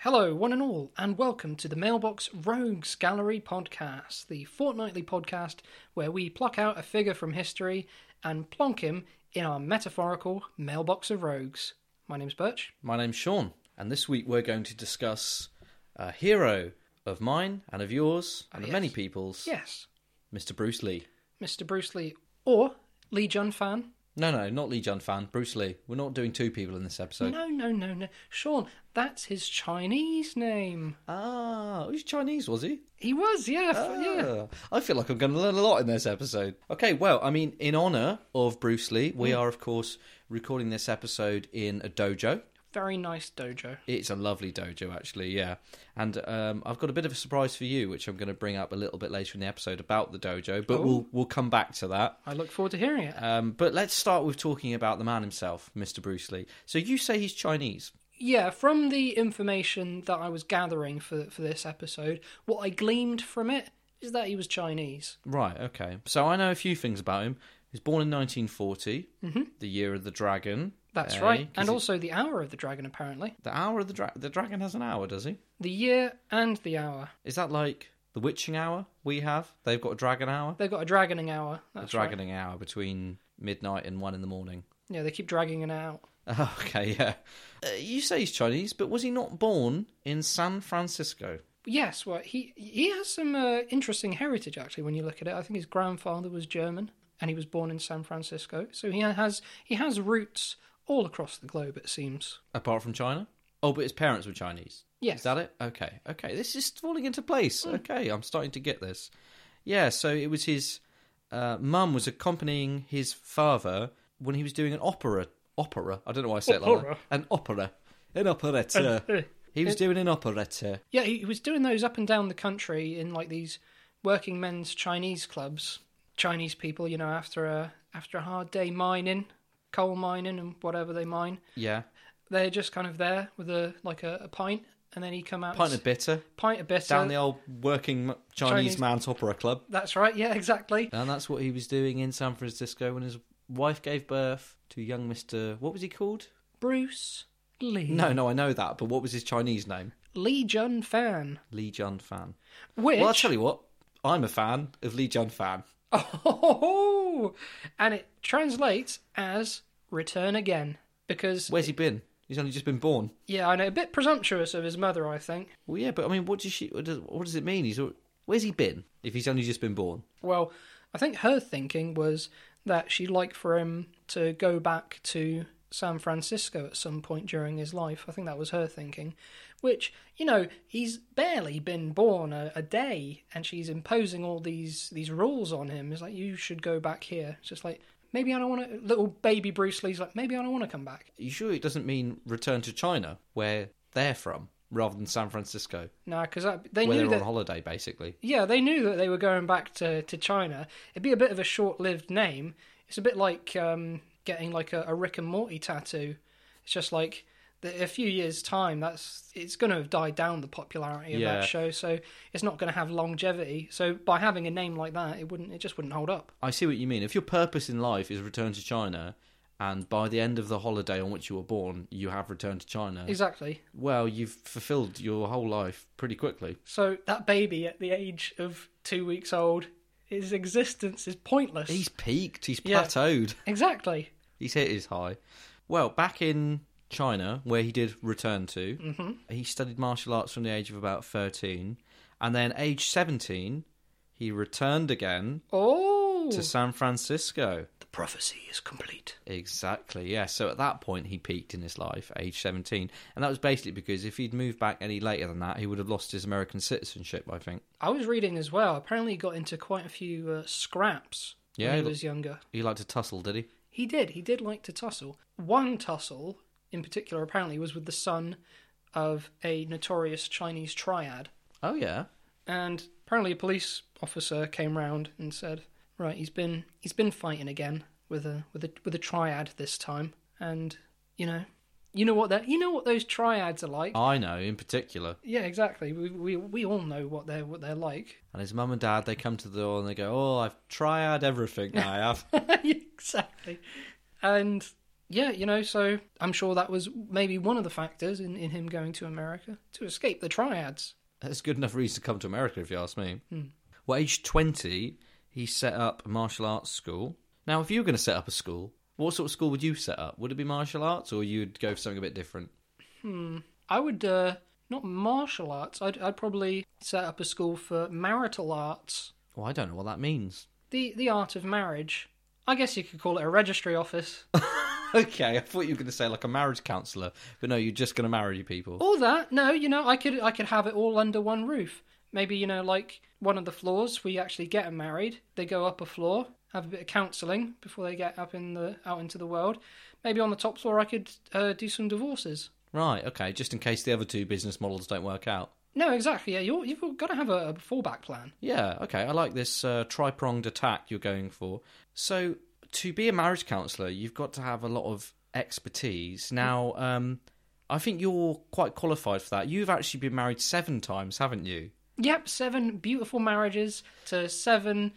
Hello, one and all, and welcome to the Mailbox Rogues Gallery podcast, the fortnightly podcast where we pluck out a figure from history and plonk him in our metaphorical mailbox of rogues. My name's Birch. My name's Sean, and this week we're going to discuss a hero of mine and of yours and Oh, yes. of many people's, Yes, Mr. Bruce Lee. Mr. Bruce Lee, or Lee Jun fan. No, no, not Lee Jun fan, Bruce Lee. We're not doing two people in this episode. No, no, no, no. Sean, that's his Chinese name. Ah, he was Chinese, was he? He was, yeah, f- yeah. Ah, I feel like I'm going to learn a lot in this episode. Okay, well, I mean, in honour of Bruce Lee, Mm. we are, of course, recording this episode in a dojo. Very nice dojo. It's a lovely dojo, actually, yeah. And um, I've got a bit of a surprise for you, which I'm going to bring up a little bit later in the episode about the dojo, but Oh. we'll we'll come back to that. I look forward to hearing it. Um, but let's start with talking about the man himself, Mr. Bruce Lee. So you say he's Chinese. Yeah, from the information that I was gathering for for this episode, what I gleamed from it is that he was Chinese. Right, okay. So I know a few things about him. He was born in 1940, the year of the dragon. Mm-hmm. That's eh? right. 'Cause And he- also the hour of the dragon apparently. The hour of the dragon. The dragon has an hour, does he? The year and the hour. Is that like the witching hour we have? They've got a dragon hour? They've got a dragoning hour. A That's right. dragoning hour between midnight and one in the morning. Yeah, they keep dragging it out. Oh, okay, yeah. Uh, you say he's Chinese, but was he not born in San Francisco? Yes, well, he he has some uh, interesting heritage actually. When you look at it, I think his grandfather was German, and he was born in San Francisco. So he has he has roots all across the globe. It seems. Apart from China? Oh, but his parents were Chinese. Yes. Hmm. Is that it? Okay, okay. This is falling into place. Okay, I'm starting to get this. Yeah, so it was his uh, mum was accompanying his father when he was doing an opera. Opera. I don't know why I say it like Opera. that. An opera. An operetta. he was doing an operetta. Yeah, he he was doing those up and down the country in like these working men's Chinese clubs. Chinese people, you know, after a after a hard day mining, coal mining, and whatever they mine, Yeah. they're just kind of there with a like a, a pint, and then he come out Pint of bitter. pint of bitter. Down the old working m- Chinese, Chinese- man's opera club. That's right. Yeah, exactly. And that's what he was doing in San Francisco when his wife gave birth to young Mr. What was he called? Bruce Lee. No, no, I know that, but what was his Chinese name? Lee Jun Fan. Lee Jun Fan. Which Well, I'll tell you what, I'm a fan of Lee Jun Fan. oh, and it translates as return again because Where's he been? He's only just been born. yeah, I know a bit presumptuous of his mother, I think. Well, yeah, but I mean, what does she? What does, what does it mean? He's al- where's he been? If he's only just been born, Well, I think her thinking was that she'd like for him to go back to San Francisco at some point during his life. I think that was her thinking. Which, you know, he's barely been born a, a day and she's imposing all these, these rules on him. It's like, you should go back here. It's just like, maybe I don't want to. Little baby Bruce Lee's like, maybe I don't want to come back. Are you sure it doesn't mean return to China, where they're from, rather than San Francisco, Nah, because they where knew they're that. on holiday, basically? Yeah, they knew that they were going back to, to China. It'd be a bit of a short lived name. It's a bit like um, getting like a, a Rick and Morty tattoo. It's just like the, a few years time. That's it's going to have died down the popularity of Yeah. that show, so it's not going to have longevity. So by having a name like that, it wouldn't. It just wouldn't hold up. I see what you mean. If your purpose in life is return to China, and by the end of the holiday on which you were born, you have returned to China, Exactly. well, you've fulfilled your whole life pretty quickly. So that baby at the age of two weeks old, his existence is pointless. He's peaked. He's Yeah. plateaued. Exactly. He's hit his high. Well, back in China, where he did return to, he studied martial arts from the age of about thirteen, and then age seventeen, he returned again Oh, to San Francisco. the prophecy is complete. Exactly, yeah. So at that point, he peaked in his life, age 17. And that was basically because if he'd moved back any later than that, he would have lost his American citizenship, I think. I was reading as well. Apparently, he got into quite a few uh, scraps Yeah, when he he lo- was younger. He liked to tussle, did he? He did. He did like to tussle. One tussle, in particular, apparently was with the son of a notorious Chinese triad. Oh, yeah. And apparently, a police officer came round and said, "Right, he's been he's been fighting again with a with a with a triad this time." And you know, you know what that you know what those triads are like. I know, in particular. yeah, exactly. We, we we all know what they're what they're like. And his mum and dad, they come to the door and they go, Oh, I've tried everything I have. exactly. And yeah, you know, so I'm sure that was maybe one of the factors in, in him going to America to escape the triads. That's good enough reason to come to America, if you ask me. Well, age 20, he set up a martial arts school. Now, if you were going to set up a school, what sort of school would you set up? Would it be martial arts or you'd go for something a bit different? I would uh, not martial arts. I'd, I'd probably set up a school for marital arts, Well, I don't know what that means. the the art of marriage. I guess you could call it a registry office. okay, I thought you were going to say like a marriage counsellor, but no, you're just going to marry people. All that? No, you know, I could I could have it all under one roof. Maybe you know, like one of the floors we actually get 'em married. They go up a floor, have a bit of counselling before they get up in the out into the world. Maybe on the top floor I could uh, do some divorces. Right, okay, just in case the other two business models don't work out. No, exactly. Yeah, you're, you've got to have a, a fallback plan. Yeah, okay, I like this uh, tri pronged attack you're going for. So, to be a marriage counsellor, you've got to have a lot of expertise. Now, um, I think you're quite qualified for that. You've actually been married seven times, haven't you? Yep, seven beautiful marriages to seven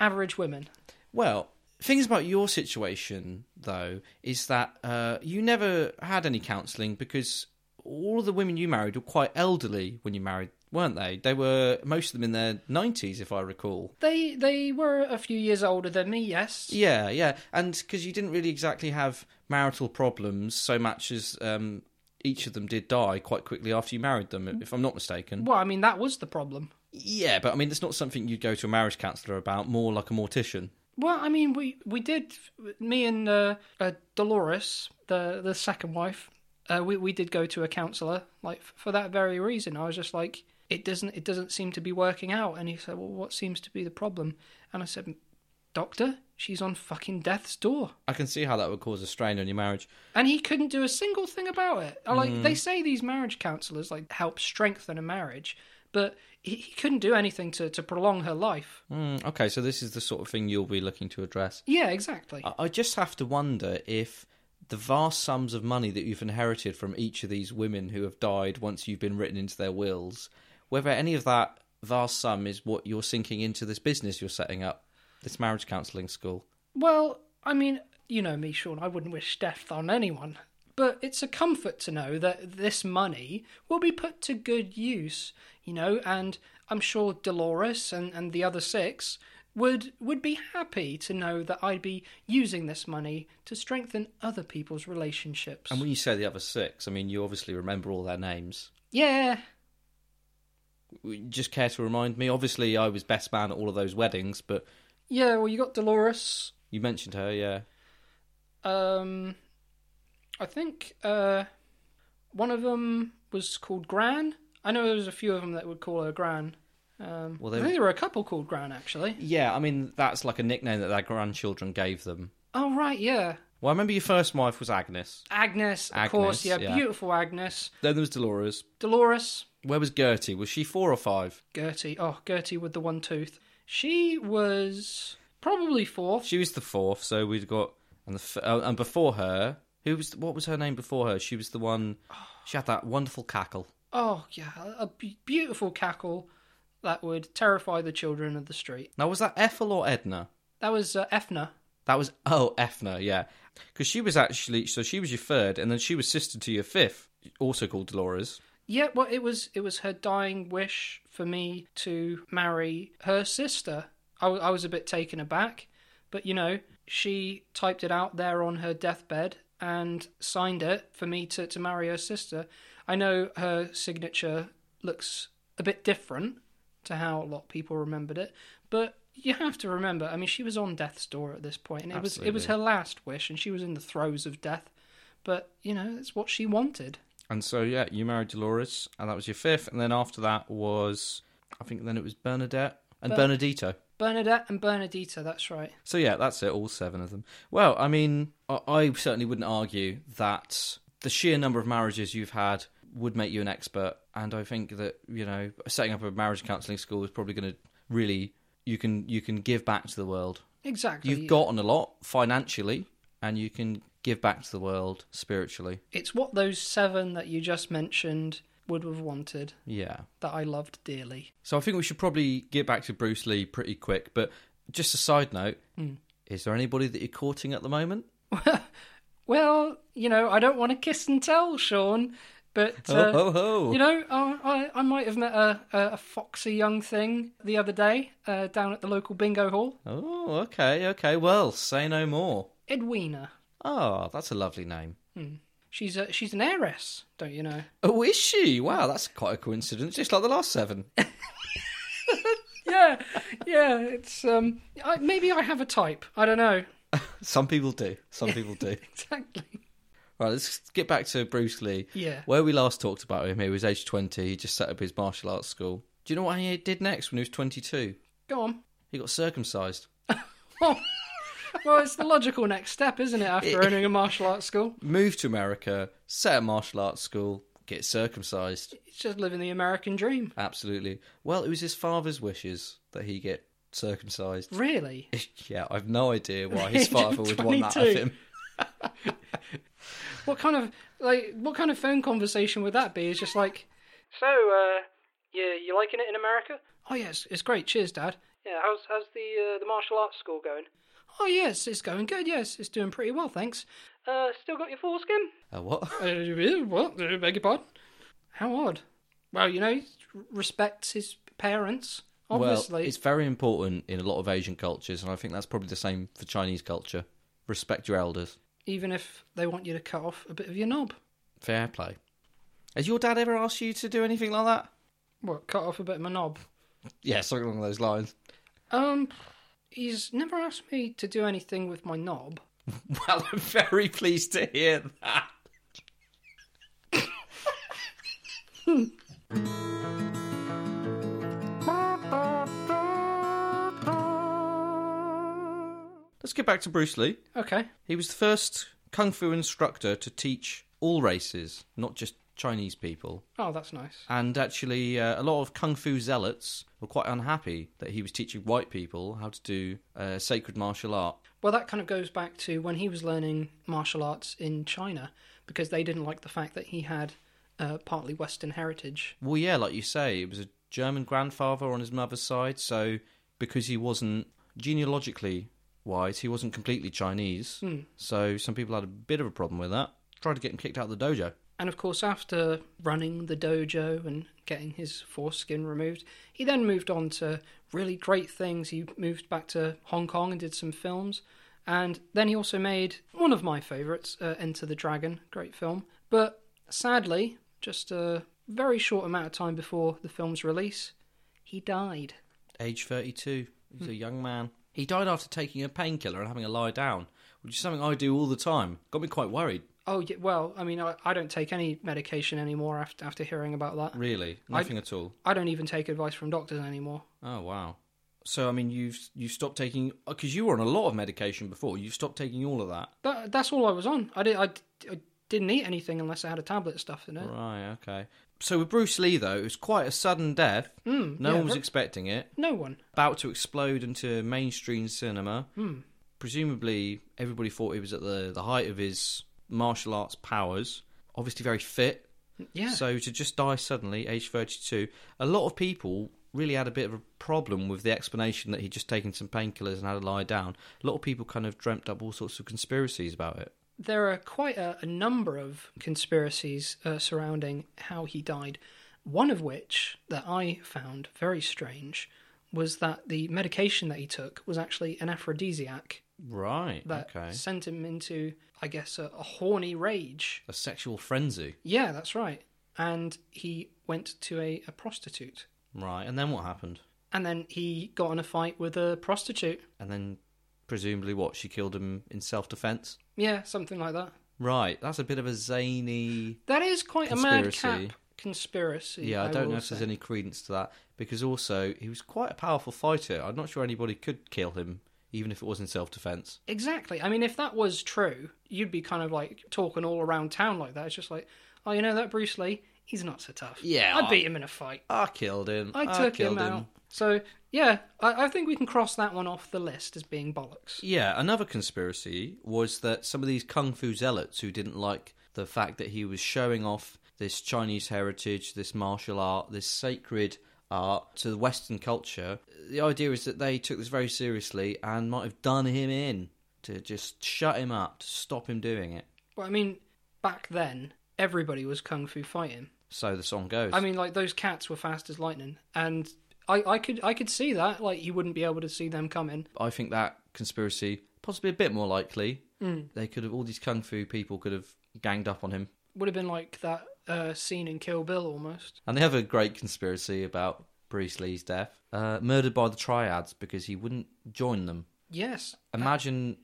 average women. Well, things about your situation though is that uh, you never had any counselling because all of the women you married were quite elderly when you married, weren't they? They were most of them in their nineties, if I recall. They they were a few years older than me. Yes. Yeah, yeah, and because you didn't really exactly have marital problems so much as um, each of them did die quite quickly after you married them, if I'm not mistaken. Well, I mean that was the problem. Yeah, but I mean, it's not something you'd go to a marriage counsellor about. More like a mortician. Well, I mean, we we did. Me and uh, uh, Dolores, the the second wife, uh, we we did go to a counsellor, like f- for that very reason. I was just like, it doesn't it doesn't seem to be working out. And he said, well, what seems to be the problem? And I said, Doctor, she's on fucking death's door. I can see how that would cause a strain on your marriage. and he couldn't do a single thing about it. I Like they say, these marriage counselors like help strengthen a marriage, but he, he couldn't do anything to to prolong her life. Mm, okay, so this is the sort of thing you'll be looking to address. Yeah, exactly. I I just have to wonder if the vast sums of money that you've inherited from each of these women who have died once you've been written into their wills, whether any of that vast sum is what you're sinking into this business you're setting up, this marriage counselling school. well, I mean, you know me, Sean. I wouldn't wish death on anyone, but it's a comfort to know that this money will be put to good use. You know, and I'm sure Dolores and and the other six. Would would be happy to know that I'd be using this money to strengthen other people's relationships. And when you say the other six, I mean, you obviously remember all their names. yeah, W- Just care to remind me? Obviously, I was best man at all of those weddings, but Yeah, well, you got Dolores. you mentioned her, yeah. Um, I think uh, one of them was called Gran. I know there was a few of them that would call her Gran. Um, Well, I they- think there were a couple called Gran actually. Yeah, I mean, that's like a nickname that their grandchildren gave them. Oh right, yeah, Well, I remember your first wife was Agnes. Agnes, of Agnes, course, yeah, yeah. beautiful Agnes. Then there was Dolores. Dolores, Where was Gertie? Was she four or five? Gertie. Oh, Gertie with the one tooth. She was probably fourth. She was the fourth, so we'd got and the f- uh, and before her, who was what was her name before her? She was the one. She had that wonderful cackle. Oh yeah, a be- beautiful cackle that would terrify the children of the street. Now was that Ethel or Edna? That was uh, Efna. That was oh Ethna, yeah, because she was actually so she was your third, and then she was sister to your fifth, also called Dolores. Yeah, well, it was it was her dying wish for me to marry her sister. I, w- I was a bit taken aback, but you know, she typed it out there on her deathbed and signed it for me to, to marry her sister. I know her signature looks a bit different to how a lot of people remembered it, but you have to remember. I mean, she was on death's door at this point, and it was it was her last wish, and she was in the throes of death. But you know, it's what she wanted. And so yeah, you married Dolores, and that was your fifth, and then after that was I think then it was Bernadette and Bernardito. Bernadette and Bernadita, that's right. So yeah, that's it. All seven of them. Well, I mean, I, I certainly wouldn't argue that the sheer number of marriages you've had would make you an expert, and I think that you know setting up a marriage counselling school is probably going to really you can you can give back to the world. Oh, Exactly. You've gotten a lot financially, and you can give back to the world spiritually. It's what those seven that you just mentioned would have wanted Yeah. that I loved dearly. So I think we should probably get back to Bruce Lee pretty quick. But just a side note: is there anybody that you're courting at the moment? well, you know, I don't want to kiss and tell, Sean, but uh, Ho ho ho! you know, I, I I might have met a, a a foxy young thing the other day uh, down at the local bingo hall, oh, okay, okay. Well, say no more. Edwina. Oh, that's a lovely name. She's a, she's an heiress, don't you know? Oh, is she? Wow, that's quite a coincidence. Just like the last seven. Yeah, yeah. It's um, I, maybe I have a type. I don't know Some people do. Some people do. exactly. Right, let's get back to Bruce Lee. Yeah. Where we last talked about him, he was age 20. He just set up his martial arts school. Do you know what he did next when he was 22? Go on. He got circumcised. well, it's the logical next step, isn't it? After owning a martial arts school, Moved to America, set a martial arts school, get circumcised. it's just living the American dream. Absolutely. Well, it was his father's wishes that he get circumcised. Really? yeah, I've no idea why his At the age of father would want that of 22. him. What kind of like what kind of phone conversation would that be? It's just like, so uh, yeah, you liking it in America? Oh yes, it's great. Cheers, Dad. Yeah, how's how's the uh, the martial arts school going? Oh yes, it's going good. Yes, it's doing pretty well, thanks. Uh, still got your foreskin? Uh, what? Uh, what? Uh, beg your pardon? How odd. Well, you know, he respects his parents, obviously. Well, it's very important in a lot of Asian cultures, and I think that's probably the same for Chinese culture. Respect your elders. even if they want you to cut off a bit of your knob. Fair play. Has your dad ever asked you to do anything like that? What, cut off a bit of my knob? Yeah, something along those lines. Um, he's never asked me to do anything with my knob. Well, I'm very pleased to hear that. Let's get back to Bruce Lee. Okay. He was the first kung fu instructor to teach all races, not just Chinese people. Oh, that's nice. And actually, uh, a lot of kung fu zealots were quite unhappy that he was teaching white people how to do uh, sacred martial art. Well, that kind of goes back to when he was learning martial arts in China because they didn't like the fact that he had uh, partly Western heritage. Well, yeah, like you say, it was a German grandfather on his mother's side, so because he wasn't genealogically wise, he wasn't completely Chinese. So some people had a bit of a problem with that. Tried to get him kicked out of the dojo. And of course, after running the dojo and getting his foreskin removed, he then moved on to really great things. He moved back to Hong Kong and did some films. And then he also made one of my favourites, uh, Enter the Dragon, great film. But sadly, just a very short amount of time before the film's release, he died. Age 32. He's a young man. He died after taking a painkiller and having a lie down, which is something I do all the time. Got me quite worried, Oh, yeah, well, I mean, I, I don't take any medication anymore after, after hearing about that. really. Nothing at all. I don't even take advice from doctors anymore. Oh wow. So I mean, you've you stopped taking because you were on a lot of medication before. You stopped taking all of that. That, that's all I was on. I, did, I, I didn't eat anything unless I had a tablet of stuff in it. Right. Okay. So with Bruce Lee though, it was quite a sudden death. Mm, no yeah, one was ver- expecting it. No one. About to explode into mainstream cinema. Presumably, everybody thought he was at the the height of his martial arts powers. Obviously, very fit. Yeah. So to just die suddenly, age 32, a lot of people really had a bit of a problem with the explanation that he'd just taken some painkillers and had a lie down. A lot of people kind of dreamt up all sorts of conspiracies about it. there are quite a, a number of conspiracies uh, surrounding how he died. One of which that I found very strange was that the medication that he took was actually an aphrodisiac Right. that okay. sent him into, I guess, a, a horny rage. A sexual frenzy. Yeah, that's right. And he went to a, a prostitute. Right. And then what happened? And then he got in a fight with a prostitute. And then presumably what? She killed him in self defense? Yeah, something like that. Right. That's a bit of a zany. That is quite a Conspiracy. madcap conspiracy. Yeah, I don't will know if there's say. any credence to that because also he was quite a powerful fighter. I'm not sure anybody could kill him, even if it was in self defense. Exactly. I mean, if that was true, you'd be kind of like talking all around town like that. It's just like, oh, you know that Bruce Lee? He's not so tough. Yeah, I I- beat him in a fight. I killed him. I took him killed out. So yeah, I, I think we can cross that one off the list as being bollocks. Yeah, another conspiracy was that some of these kung fu zealots who didn't like the fact that he was showing off this Chinese heritage, this martial art, this sacred art to the Western culture, the idea is that they took this very seriously and might have done him in to just shut him up, to stop him doing it. But I mean, back then, everybody was kung fu fighting. So the song goes. I mean, like those cats were fast as lightning, and I, I could I could see that. Like you wouldn't be able to see them coming. I think that conspiracy possibly a bit more likely. Hmm. They could have all these kung fu people could have ganged up on him. Would have been like that uh, scene in Kill Bill almost. And the other great conspiracy about Bruce Lee's death, uh, murdered by the triads because he wouldn't join them. Yes, Imagine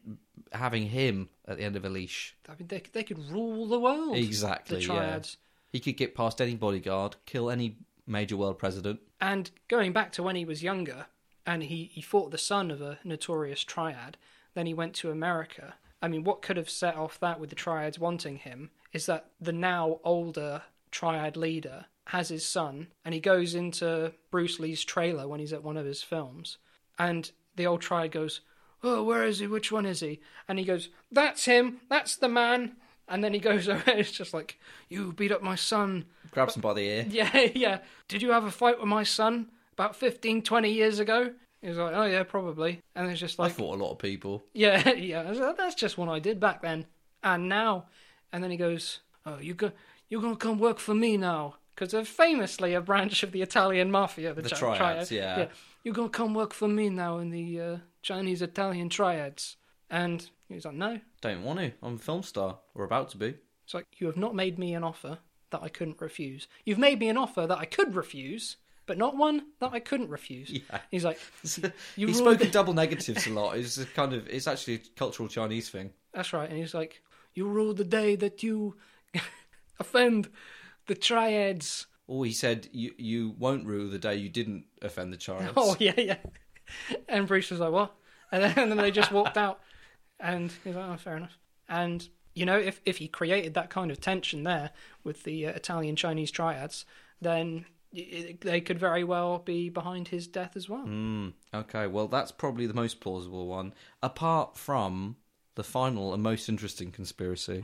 having him at the end of a leash. I mean they they could rule the world. Exactly. the yeah. triads. He could get past any bodyguard, kill any major world president. And going back to when he was younger, and he he fought the son of a notorious triad. Then he went to America. I mean, what could have set off that with the triads wanting him is that the now older triad leader has his son, and he goes into Bruce Lee's trailer when he's at one of his films, and the old triad goes, "Oh, where is he? Which one is he?" And he goes, "That's him. That's the man." And then he goes over. It's just like, "You beat up my son." Grabs him by the ear. Yeah, yeah. Did you have a fight with my son about 15, 20 years ago? He was like, oh, yeah, probably. And it's just I like, fought a lot of people. yeah, yeah. I was like, That's just what I did back then and now. And then he goes, oh, you go, you're going to come work for me now. Because they're famously a branch of the Italian mafia. The, Chi- triads, triad. yeah. You're going to come work for me now in the uh, Chinese-Italian triads. And he was like, no. Don't want to. I'm a film star, or about to be. It's like, you have not made me an offer that I couldn't refuse. You've made me an offer that I could refuse, but not one that I couldn't refuse. Yeah. He's like, You ruined He's spoken it. double negatives a lot. It's a kind of it's actually a cultural Chinese thing. that's right. And he's like, you rule the day that you offend the triads. Or he said you you won't rue the day you didn't offend the Chinese. Oh, yeah, yeah. And Bruce was like, what? And then, and then they just walked out. And he's like, oh, fair enough. And, you know, if, if he created that kind of tension there with the uh, Italian Chinese triads, then i i they could very well be behind his death as well. Mm. Hmm, Okay, well that's probably the most plausible one, apart from the final and most interesting conspiracy,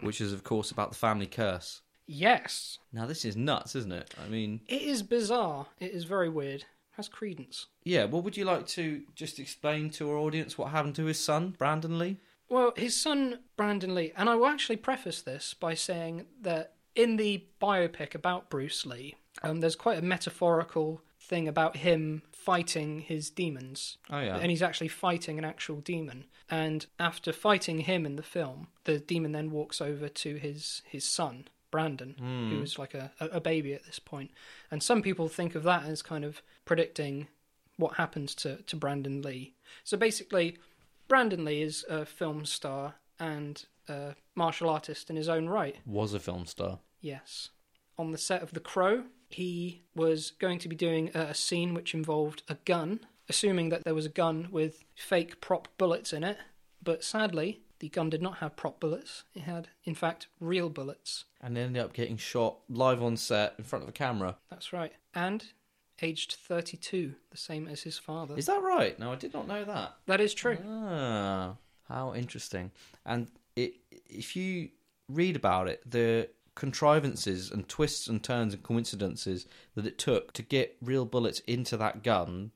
which is of course about the family curse. Yes. Now this is nuts, isn't it? I mean, It is bizarre. It is very weird. Has credence. yeah. Well, would you like to just explain to our audience what happened to his son, Brandon Lee? Well, his son, Brandon Lee, and I will actually preface this by saying that in the biopic about Bruce Lee, um, there's quite a metaphorical thing about him fighting his demons. Oh yeah. And he's actually fighting an actual demon. And after fighting him in the film, the demon then walks over to his, his son, Brandon, who was like a, a a baby at this point. And some people think of that as kind of predicting what happens to, to Brandon Lee. So basically, Brandon Lee is a film star and a martial artist in his own right. was a film star. Yes. On the set of The Crow, he was going to be doing a, a scene which involved a gun, assuming that there was a gun with fake prop bullets in it. But sadly, the gun did not have prop bullets. It had, in fact, real bullets. and ended up getting shot live on set in front of a camera. That's right. And aged 32, the same as his father. Is that right? No, I did not know that. that is true. Ah, how interesting. And it, if you read about it, the contrivances and twists and turns and coincidences that it took to get real bullets into that gun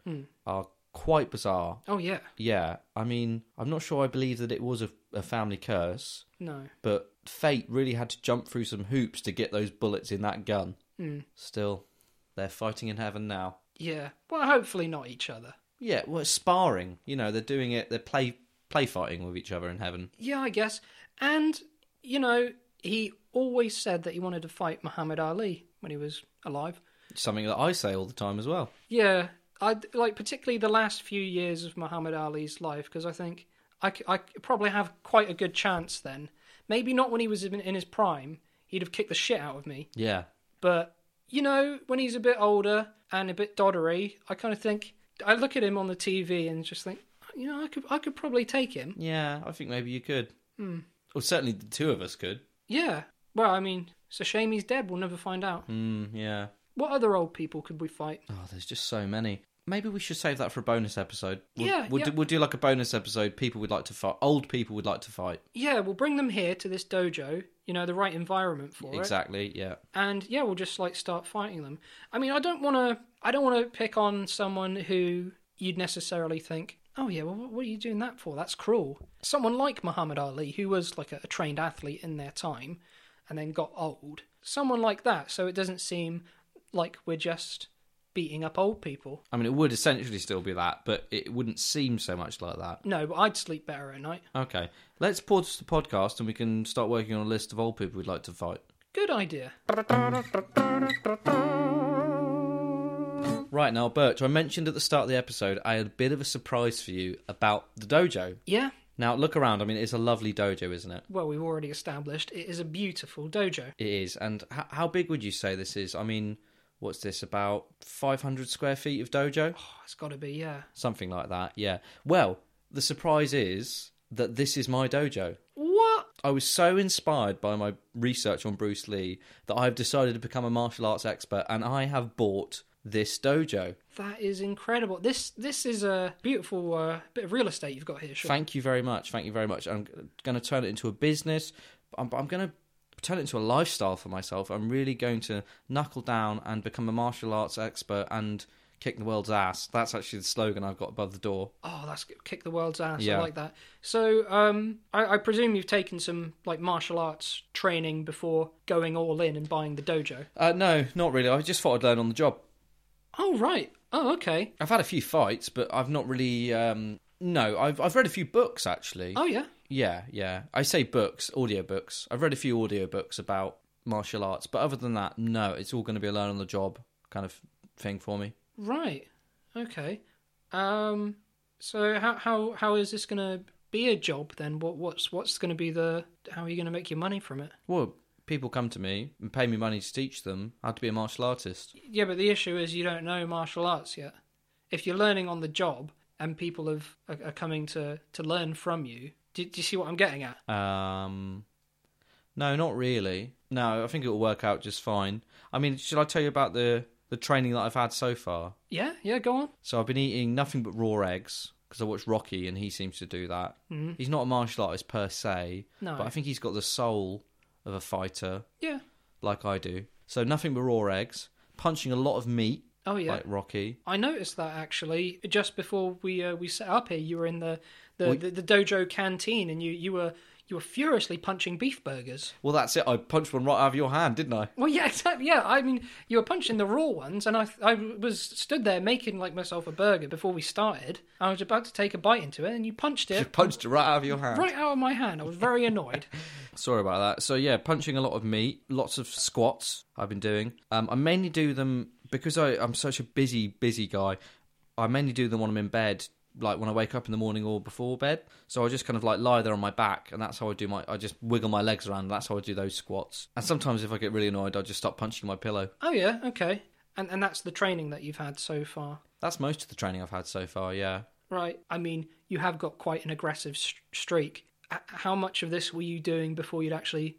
are quite bizarre. Oh, yeah. Yeah, I mean, I'm not sure I believe that it was a, a family curse, No. but fate really had to jump through some hoops to get those bullets in that gun. Still, they're fighting in heaven now. Yeah. Well, hopefully not each other. Yeah, well, it's sparring. You know, they're doing it. They're play play fighting with each other in heaven. Yeah, I guess. And, you know, he always said that he wanted to fight Muhammad Ali when he was alive. Something that I say all the time as well. Yeah, I like particularly the last few years of Muhammad Ali's life because I think I, c- I c- probably have quite a good chance then. Maybe not when he was in, in his prime, he'd have kicked the shit out of me. Yeah, But you know, when he's a bit older and a bit doddery, I kind of think I look at him on the TV and just think, you know, I could I could probably take him. yeah. I think maybe you could. Hmm. Well, certainly the two of us could. Yeah. Well, I mean, it's a shame he's dead. We'll never find out. Mm, yeah. What other old people could we fight? Oh, there's just so many. Maybe we should save that for a bonus episode. We'll, Yeah, we'll, yeah. Do, we'll do like a bonus episode. People would like to fight. Old people would like to fight. Yeah, we'll bring them here to this dojo. You know, the right environment for it. Exactly. Yeah. and yeah we'll just like start fighting them i mean i don't want to i don't want to pick on someone who you'd necessarily think Oh yeah, well, what what are you doing that for? That's cruel. Someone like Muhammad Ali, who was like a, a trained athlete in their time, and then got old. Someone like that, so it doesn't seem like we're just beating up old people. I mean, it would essentially still be that, but it wouldn't seem so much like that. No, but I'd sleep better at night. Okay, let's pause the podcast and we can start working on a list of old people we'd like to fight. Good idea. Right now, Birch, I mentioned at the start of the episode I had a bit of a surprise for you about the dojo. Yeah. Now, look around. I mean, it's a lovely dojo, isn't it? Well, we've already established it is a beautiful dojo. It is. And h- how big would you say this is? I mean, what's this, about 500 square feet of dojo? Oh, it's got to be yeah. Something like that, yeah. Well, the surprise is that this is my dojo. What? I was so inspired by my research on Bruce Lee that I've decided to become a martial arts expert and I have bought this dojo. That is incredible. This this is a beautiful uh, bit of real estate you've got here. Sure. Thank you very much. Thank you very much. I'm going to turn it into a business. I'm, I'm going to turn it into a lifestyle for myself. I'm really going to knuckle down and become a martial arts expert and kick the world's ass. That's actually the slogan I've got above the door. Oh, that's good. kick the world's ass. Yeah. I like that. So, um, I, I presume you've taken some like martial arts training before going all in and buying the dojo. Uh, no, not really. I just thought I'd learn on the job. Oh right. Oh okay. I've had a few fights, but I've not really. Um, no, I've I've read a few books actually. Oh yeah. Yeah, yeah. I say books, audiobooks. I've read a few audiobooks about martial arts, but other than that, no, it's all going to be a learn on the job kind of thing for me. Right. Okay. Um. So how how how is this gonna be a job then? What what's what's gonna be the how are you gonna make your money from it? Well, people come to me and pay me money to teach them how to be a martial artist. Yeah, but the issue is you don't know martial arts yet. If you're learning on the job and people have are, are coming to to learn from you, do, do you see what I'm getting at? Um, no, not really. No, I think it will work out just fine. I mean, should I tell you about the the training that I've had so far? Yeah. Yeah. Go on. So I've been eating nothing but raw eggs because I watch Rocky and he seems to do that. He's not a martial artist per se, Mm-hmm. No. but I think he's got the soul of a fighter Yeah. like I do. So nothing but raw eggs, punching a lot of meat Oh yeah. like Rocky. I noticed that actually just before we uh, we set up here, you were in the the, the, the dojo canteen and you, you were you were furiously punching beef burgers. Well, that's it. I punched one right out of your hand, didn't I? Well, yeah, exactly. Yeah, I mean, you were punching the raw ones, and I I was stood there making like myself a burger before we started. I was about to take a bite into it, and you punched You it punched it right out of your hand. right out of my hand. I was very annoyed. Sorry about that. So yeah, punching a lot of meat, lots of squats. I've been doing. Um, I mainly do them because I, I'm such a busy, busy guy. I mainly do them when I'm in bed, like when I wake up in the morning or before bed. So I just kind of like lie there on my back, and that's how I do my. I just wiggle my legs around. And that's how I do those squats. And sometimes if I get really annoyed, I just start punching my pillow. oh yeah, okay. And and that's the training that you've had so far, That's most of the training I've had so far. Yeah. right? I mean, you have got quite an aggressive s- streak. H- how much of this were you doing before you'd actually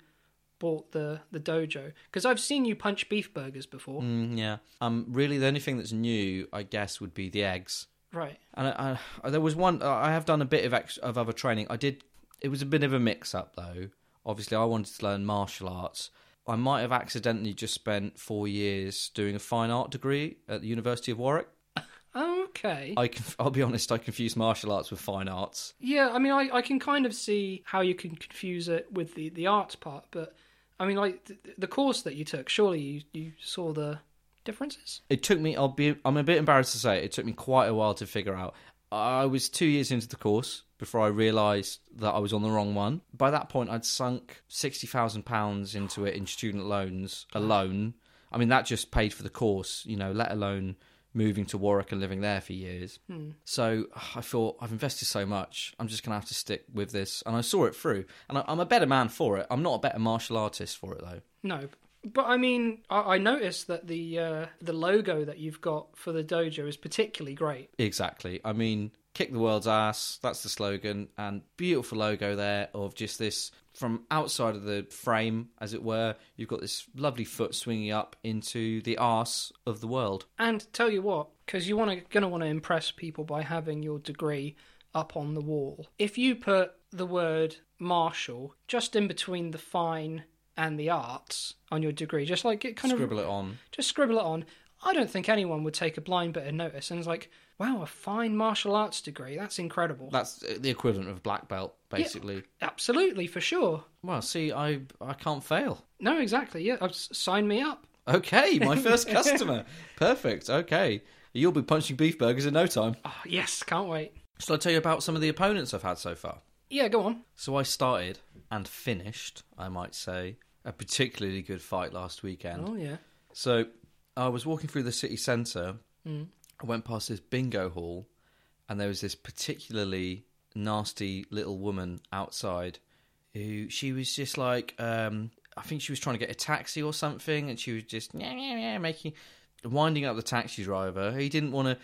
bought the the dojo? Because I've seen you punch beef burgers before, Mm, yeah. Um. Really, the only thing that's new, I guess, would be the eggs. right? And I, I, there was one. I have done a bit of ex, of other training. I did. It was a bit of a mix up though. Obviously, I wanted to learn martial arts. I might have accidentally just spent four years doing a fine art degree at the University of Warwick. Okay. I, conf- I'll be honest. I confused martial arts with fine arts. Yeah, I mean, I, I can kind of see how you can confuse it with the, the arts part, but I mean, like the, the course that you took, surely you, you saw the differences? It took me. I'll be. I'm a bit embarrassed to say. It, it took me quite a while to figure out. I was two years into the course before I realised that I was on the wrong one. By that point, I'd sunk sixty thousand pounds into it in student loans alone. I mean, that just paid for the course, you know, let alone moving to Warwick and living there for years. So ah, I thought I've invested so much. I'm just going to have to stick with this, and I saw it through. And I, I'm a better man for it. I'm not a better martial artist for it though. No. But I mean, I, I noticed that the uh, the logo that you've got for the dojo is particularly great. Exactly. I mean, kick the world's ass. That's the slogan. And beautiful logo there of just this from outside of the frame, as it were. You've got this lovely foot swinging up into the arse of the world. And tell you what, because you want to going to want to impress people by having your degree up on the wall. If you put the word martial just in between the fine and the arts on your degree, just like it kind of Scribble it on. just scribble it on. I don't think anyone would take a blind bit of notice and it's like, wow, a fine martial arts degree. That's incredible. That's uh, the equivalent of black belt, basically. Absolutely, for sure. Well, see, I I can't fail. No, exactly. Yeah, uh, s- sign me up. Okay, my first customer. Perfect. Okay, you'll be punching beef burgers in no time. Oh, yes, can't wait. Shall I tell you about some of the opponents I've had so far? Yeah, go on. So I started and finished, I might say, a particularly good fight last weekend. Oh, yeah. So I was walking through the city centre. I went past this bingo hall, and there was this particularly nasty little woman outside who she was just like, um, I think she was trying to get a taxi or something, and she was just "Nyeh, nyeh, nyeh," making winding up the taxi driver. He didn't want to.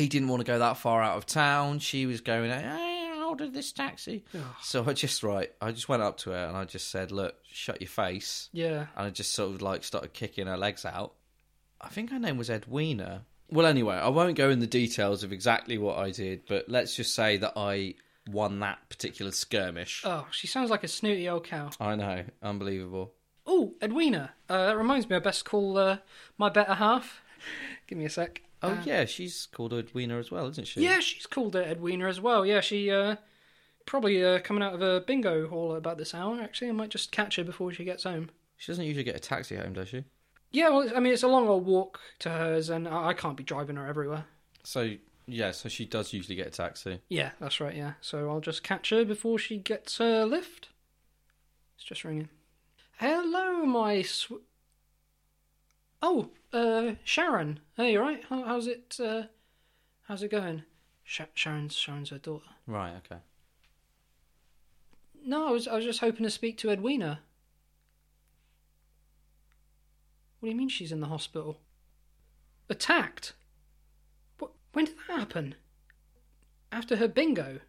He didn't want to go that far out of town. She was going. I ordered this taxi. So I just right. I just went up to her and I just said, "Look, shut your face." Yeah. and I just sort of like started kicking her legs out. I think her name was Edwina. Well, anyway, I won't go in the details of exactly what I did, but let's just say that I won that particular skirmish. Oh, she sounds like a snooty old cow. I know, unbelievable. Oh, Edwina. Uh, that reminds me, I best call uh, my better half. Give me a sec. Oh yeah, she's called Edwina as well, isn't she? Ah. Yeah, she's called her Edwina as well. Yeah, she uh, probably uh, coming out of a bingo hall at about this hour. Actually, I might just catch her before she gets home. She doesn't usually get a taxi home, does she? Yeah, well, it's- I mean, it's a long old walk to hers, and I, I can't be driving her everywhere. So yeah, so she does usually get a taxi. Yeah, that's right. Yeah, so I'll just catch her before she gets her lift. It's just ringing. Hello, my sw- oh, uh, Sharon. Hey, you right? How, how's it? Uh, how's it going? Sha Sharon's Sharon's her daughter. Right. Okay. No, I was I was just hoping to speak to Edwina. What do you mean she's in the hospital? Attacked. What? When did that happen? After her bingo.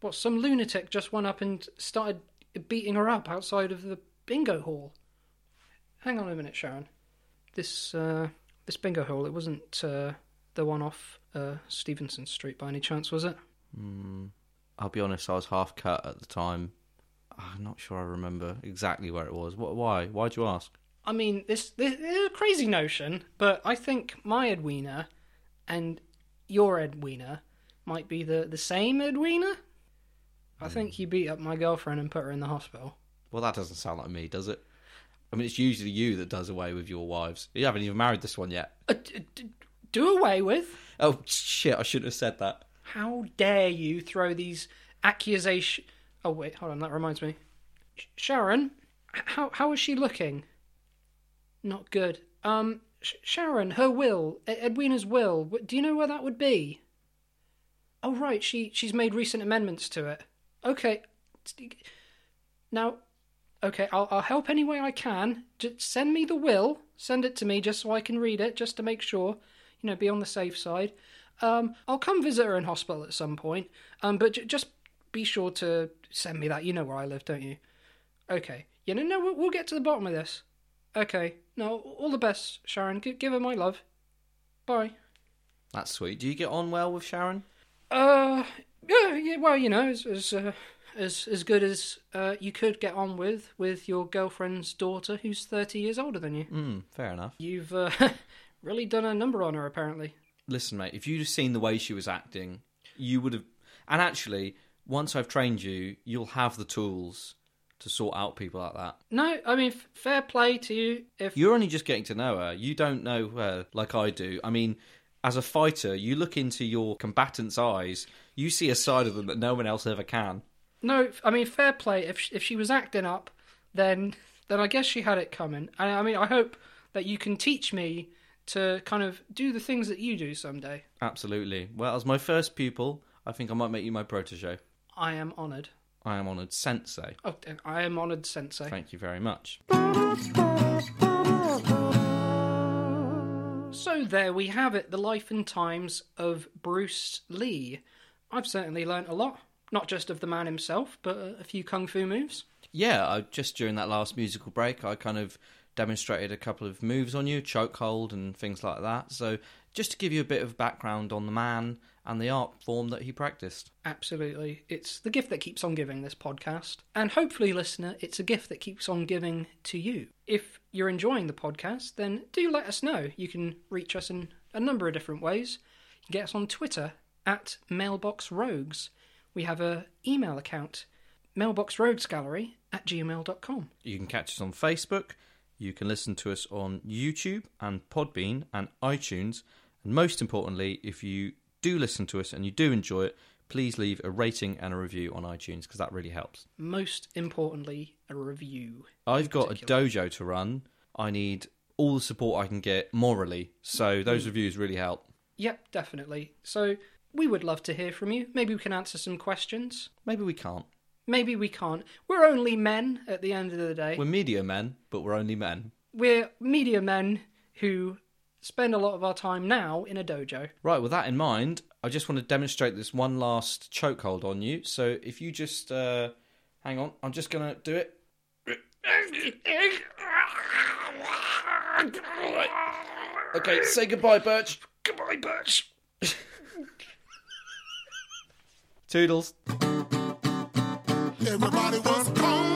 What? Some lunatic just went up and started beating her up outside of the bingo hall. Hang on a minute, Sharon. This uh, this bingo hall. It wasn't uh, the one off uh, Stevenson Street by any chance, was it? Hmm. I'll be honest. I was half cut at the time. I'm not sure I remember exactly where it was. What? Why? Why'd you ask? I mean, this, this is a crazy notion, but I think my Edwina and your Edwina might be the, the same Edwina. I think you beat up my girlfriend and put her in the hospital. Well, that doesn't sound like me, does it? I mean, it's usually you that does away with your wives. You haven't even married this one yet. Uh, d- d- do away with. Oh, shit, I shouldn't have said that. How dare you throw these accusations. Oh, wait, hold on, that reminds me. Sh- Sharon, h- how, how is she looking? Not good. Um, Sh- Sharon, her will, E- Edwina's will, wh- do you know where that would be? Oh, right, she, she's made recent amendments to it. Okay. Now, okay, I'll, I'll help any way I can. Just send me the will, send it to me just so I can read it, just to make sure, you know, be on the safe side. Um, I'll come visit her in hospital at some point. Um, but j- just be sure to send me that. You know where I live, don't you? Okay. Yeah, no, no, we'll, we'll get to the bottom of this. Okay. No, all the best, Sharon. G- give her my love. Bye. That's sweet. Do you get on well with Sharon? Uh, yeah, yeah. Well, you know, as as uh, as as good as uh, you could get on with with your girlfriend's daughter, who's thirty years older than you. Hmm, fair enough. You've uh, really done a number on her, apparently. Listen, mate, if you'd have seen the way she was acting, you would have. And actually, once I've trained you, you'll have the tools to sort out people like that. No, I mean, f- fair play to you. If You're only just getting to know her. You don't know her like I do. I mean, as a fighter, you look into your combatant's eyes, you see a side of them that no one else ever can. No, I mean fair play. If she, if she was acting up, then then I guess she had it coming. And I mean, I hope that you can teach me to kind of do the things that you do someday. Absolutely. Well, as my first pupil, I think I might make you my protege. I am honoured. I am honoured, sensei. Oh, I am honoured, Sensei. Thank you very much. So there we have it, the life and times of Bruce Lee. I've certainly learnt a lot, not just of the man himself, but a few kung fu moves. Yeah, I, just during that last musical break, I kind of demonstrated a couple of moves on you, chokehold and things like that. So, just to give you a bit of background on the man and the art form that he practiced. Absolutely. It's the gift that keeps on giving this podcast. And hopefully, listener, it's a gift that keeps on giving to you. If you're enjoying the podcast, then do let us know. You can reach us and a number of different ways. You can get us on Twitter at Mailbox Rogues. We have a email account, mailboxroguesgallery at gmail.com. You can catch us on Facebook. You can listen to us on YouTube and Podbean and iTunes. And most importantly, if you do listen to us and you do enjoy it, please leave a rating and a review on iTunes because that really helps. Most importantly, a review. I've got a dojo to run. I need all the support I can get morally. So those reviews really help. Yep, definitely. So we would love to hear from you. Maybe we can answer some questions. Maybe we can't. Maybe we can't. We're only men at the end of the day. We're media men, but we're only men. We're media men who spend a lot of our time now in a dojo. Right, with that in mind, I just want to demonstrate this one last chokehold on you. So if you just uh, hang on, I'm just going to do it. Okay, say goodbye, Birch. Goodbye, Birch. Toodles. Everybody was gone.